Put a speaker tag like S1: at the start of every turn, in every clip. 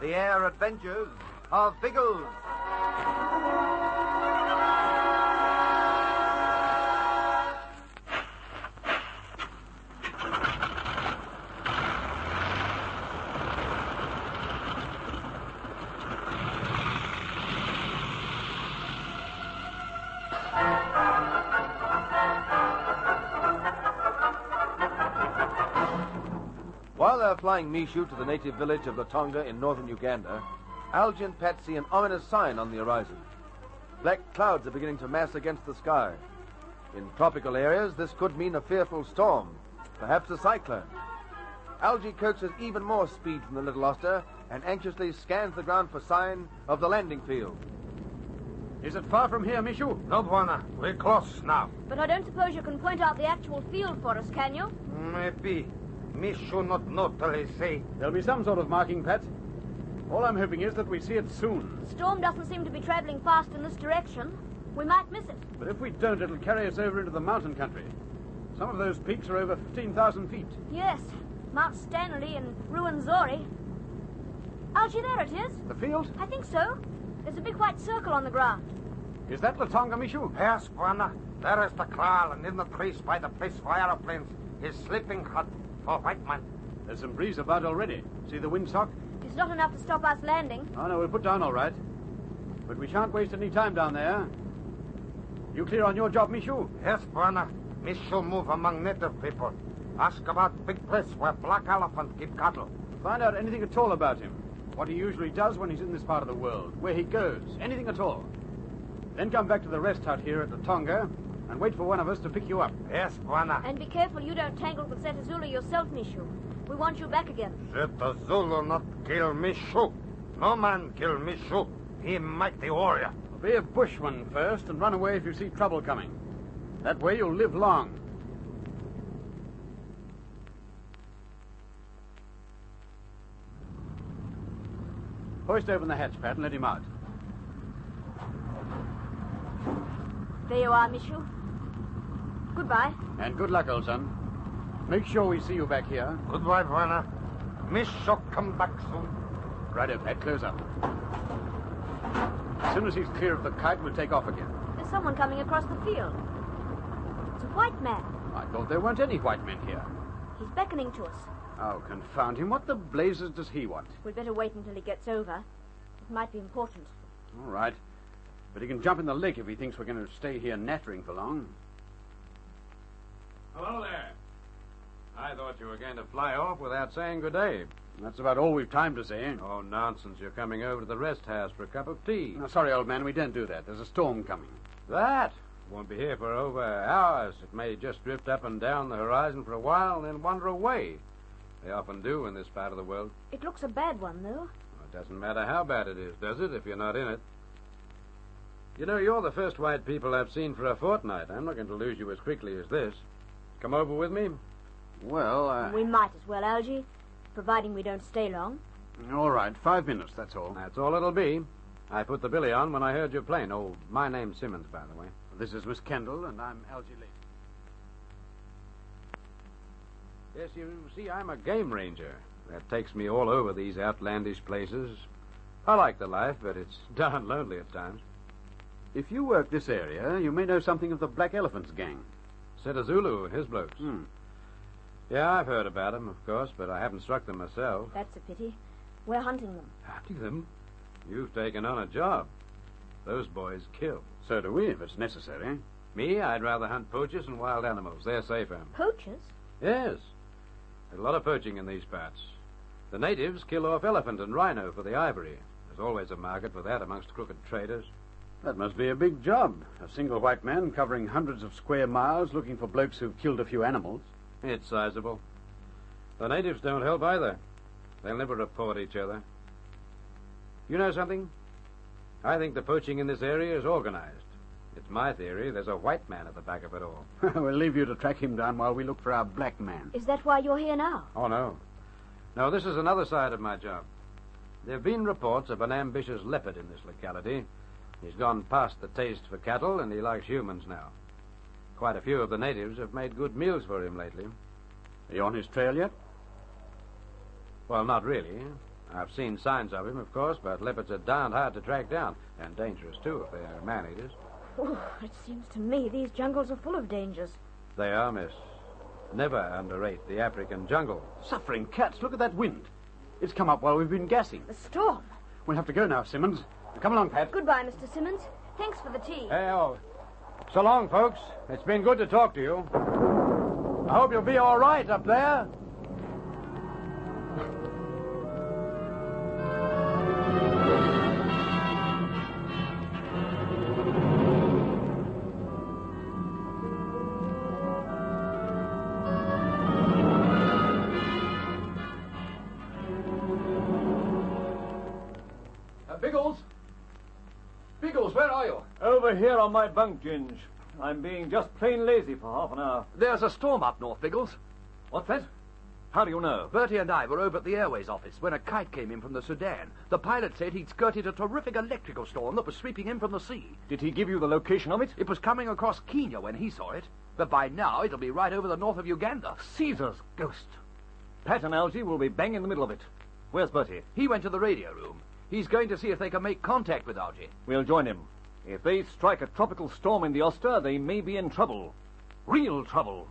S1: The air adventures of Biggles. While they're flying Mishu to the native village of Latonga in northern Uganda, Algy and Pat see an ominous sign on the horizon. Black clouds are beginning to mass against the sky. In tropical areas, this could mean a fearful storm, perhaps a cyclone. Algy coaxes even more speed from the little oster and anxiously scans the ground for sign of the landing field.
S2: Is it far from here, Mishu?
S3: No, Bwana. We're close now.
S4: But I don't suppose you can point out the actual field for us, can you?
S3: Maybe. Me should not know till I say.
S2: There'll be some sort of marking, Pat. All I'm hoping is that we see it soon.
S4: Storm doesn't seem to be traveling fast in this direction. We might miss it.
S2: But if we don't, it'll carry us over into the mountain country. Some of those peaks are over 15,000 feet.
S4: Yes, Mount Stanley and Ruwenzori. Algy, there it is.
S2: The field?
S4: I think so. There's a big white circle on the ground.
S2: Is that Latonga, Mishu?
S3: Yes, Bwana. There is the kraal, and in the trees by the place for aeroplanes is sleeping hut for white man.
S2: There's some breeze about already. See the windsock?
S4: It's not enough to stop us landing.
S2: Oh, no, we'll put down all right. But we shan't waste any time down there. You clear on your job, Michu?
S3: Yes, Bwana. Michu move among native people. Ask about big place where black elephant keep cattle.
S2: Find out anything at all about him. What he usually does when he's in this part of the world. Where he goes. Anything at all. Then come back to the rest hut here at the Tonga and wait for one of us to pick you up.
S3: Yes, Bwana.
S4: And be careful you don't tangle with Zeta Zulu yourself, Mishu. We want you back again.
S3: Zeta Zulu not kill Mishu. No man kill Mishu. He mighty warrior.
S2: Be a bushman first and run away if you see trouble coming. That way you'll live long. Hoist open the hatch, Pat, and let him out.
S4: There you are, Mishu. Goodbye.
S2: And good luck, old son. Make sure we see you back here.
S3: Goodbye, Werner. Miss shall come back soon.
S2: Righto, Pat. Close up. As soon as he's clear of the kite, we'll take off again.
S4: There's someone coming across the field. It's a white man.
S2: I thought there weren't any white men here.
S4: He's beckoning to us.
S2: Oh, confound him. What the blazes does he want?
S4: We'd better wait until he gets over. It might be important.
S2: All right. But he can jump in the lake if he thinks we're going to stay here nattering for long.
S5: Hello there. I thought you were going to fly off without saying good day.
S2: That's about all we've time to say.
S5: Oh, nonsense. You're coming over to the rest house for a cup of tea.
S2: No, sorry, old man. We don't do that. There's a storm coming.
S5: That? Won't be here for over hours. It may just drift up and down the horizon for a while and then wander away. They often do in this part of the world.
S4: It looks a bad one, though.
S5: It doesn't matter how bad it is, does it, if you're not in it? You know, you're the first white people I've seen for a fortnight. I'm not going to lose you as quickly as this. Come over with me?
S2: Well, uh...
S4: We might as well, Algy, providing we don't stay long.
S2: All right, five minutes, that's all.
S5: That's all it'll be. I put the billy on when I heard you playing. Oh, my name's Simmons, by the way.
S2: This is Miss Kendall, and I'm Algy Lee.
S5: Yes, you see, I'm a game ranger. That takes me all over these outlandish places.
S6: I like the life, but it's darn lonely at times.
S5: If you work this area, you may know something of the Black Elephants gang.
S6: Said a Zulu and his blokes.
S5: Hmm.
S6: Yeah, I've heard about them, of course, but I haven't struck them myself.
S4: That's a pity. We're hunting them.
S6: Hunting them? You've taken on a job. Those boys kill.
S5: So do we, if it's necessary.
S6: Me, I'd rather hunt poachers and wild animals. They're safer.
S4: Poachers?
S6: Yes. There's a lot of poaching in these parts. The natives kill off elephant and rhino for the ivory. There's always a market for that amongst crooked traders.
S5: That must be a big job. A single white man covering hundreds of square miles looking for blokes who've killed a few animals.
S6: It's sizable. The natives don't help either. They'll never report each other. You know something? I think the poaching in this area is organized. It's my theory there's a white man at the back of it all.
S5: we'll leave you to track him down while we look for our black man.
S4: Is that why you're here now?
S6: Oh, no. No, this is another side of my job. There have been reports of an ambitious leopard in this locality. He's gone past the taste for cattle, and he likes humans now. Quite a few of the natives have made good meals for him lately.
S5: Are you on his trail yet?
S6: Well, not really. I've seen signs of him, of course, but leopards are darned hard to track down, and dangerous, too, if they are man eaters.
S4: Ooh, Oh, it seems to me these jungles are full of dangers.
S6: They are, miss. Never underrate the African jungle.
S5: Suffering cats, look at that wind. It's come up while we've been gassing.
S4: The storm.
S5: We'll have to go now, Simmons. Come along, Pat.
S4: Goodbye, Mr. Simmons. Thanks for the tea.
S5: Uh.
S6: Hey, oh. So long, folks. It's been good to talk to you. I hope you'll be all right up there.
S7: Biggles? Biggles, where are you?
S8: Over here on my bunk, Ginge. I'm being just plain lazy for half an hour.
S7: There's a storm up north, Biggles.
S8: What's that? How do you know?
S7: Bertie and I were over at the airways office when a kite came in from the Sudan. The pilot said he'd skirted a terrific electrical storm that was sweeping in from the sea.
S8: Did he give you the location of it?
S7: It was coming across Kenya when he saw it. But by now, it'll be right over the north of Uganda.
S8: Caesar's ghost. Pat and Algie will be bang in the middle of it. Where's Bertie?
S7: He went to the radio room. He's going to see if they can make contact with Algie.
S8: We'll join him. If they strike a tropical storm in the Oster, they may be in trouble. Real trouble.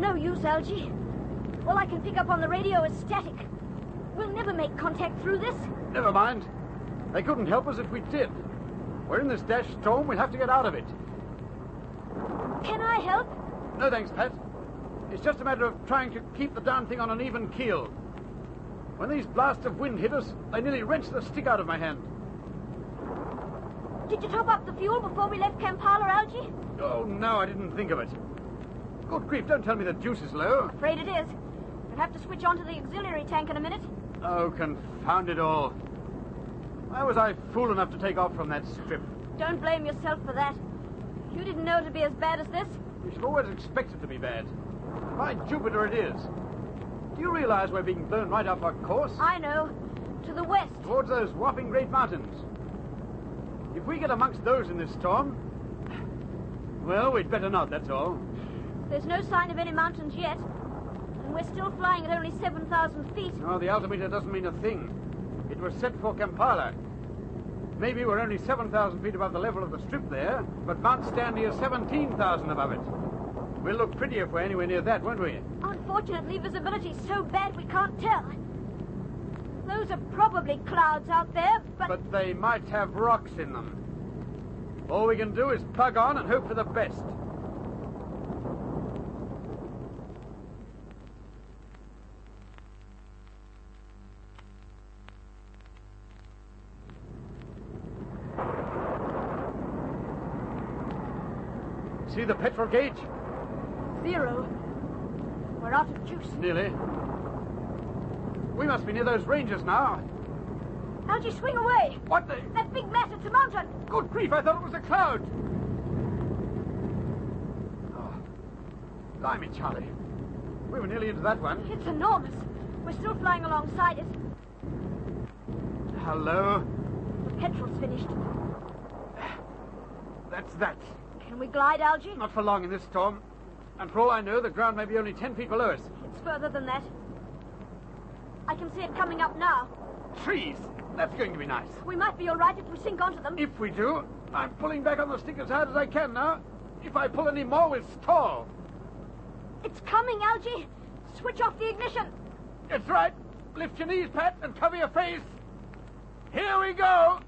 S4: no use, Algie. All I can pick up on the radio is static. We'll never make contact through this.
S5: Never mind. They couldn't help us if we did. We're in this dash storm. We'll have to get out of it.
S4: Can I help?
S5: No thanks, Pat. It's just a matter of trying to keep the darn thing on an even keel. When these blasts of wind hit us, they nearly wrenched the stick out of my hand.
S4: Did you top up the fuel before we left Kampala, Algie?
S5: Oh, no, I didn't think of it. Good grief, don't tell me the juice is low.
S4: Afraid it is. We'll have to switch on to the auxiliary tank in a minute.
S5: Oh, confound it all. Why was I fool enough to take off from that strip?
S4: Don't blame yourself for that. You didn't know it'd be as bad as this.
S5: You should always expect it to be bad. By Jupiter, it is. Do you realize we're being blown right off our course?
S4: I know. To the west.
S5: Towards those whopping great mountains. If we get amongst those in this storm, well, we'd better not, that's all.
S4: There's no sign of any mountains yet. And we're still flying at only 7,000 feet.
S5: No, oh, the altimeter doesn't mean a thing. It was set for Kampala. Maybe we're only 7,000 feet above the level of the strip there, but Mount Stanley is 17,000 above it. We'll look pretty if we're anywhere near that, won't we?
S4: Unfortunately, visibility's so bad we can't tell. Those are probably clouds out there, but...
S5: But they might have rocks in them. All we can do is plug on and hope for the best. See the petrol gauge?
S4: Zero. We're out of juice.
S5: Nearly. We must be near those ranges now.
S4: How'd you swing away?
S5: What the?
S4: That big mass, it's a mountain.
S5: Good grief, I thought it was a cloud. Oh, Blimey, Charlie. We were nearly into that one.
S4: It's enormous. We're still flying alongside it.
S5: Hello?
S4: The petrol's finished.
S5: That's that.
S4: Can we glide, Algy?
S5: Not for long in this storm. And for all I know, the ground may be only ten feet below us.
S4: It's further than that. I can see it coming up now.
S5: Trees! That's going to be nice.
S4: We might be all right if we sink onto them.
S5: If we do, I'm pulling back on the stick as hard as I can now. If I pull any more, we'll stall.
S4: It's coming, Algy. Switch off the ignition.
S5: That's right. Lift your knees, Pat, and cover your face. Here we go.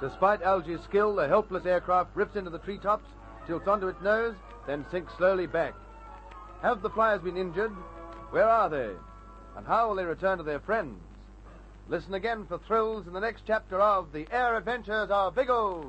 S1: Despite Algy's skill, the helpless aircraft rips into the treetops, tilts onto its nose, then sinks slowly back. Have the flyers been injured? Where are they? And how will they return to their friends? Listen again for thrills in the next chapter of The Air Adventures of Big O.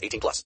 S9: 18 plus.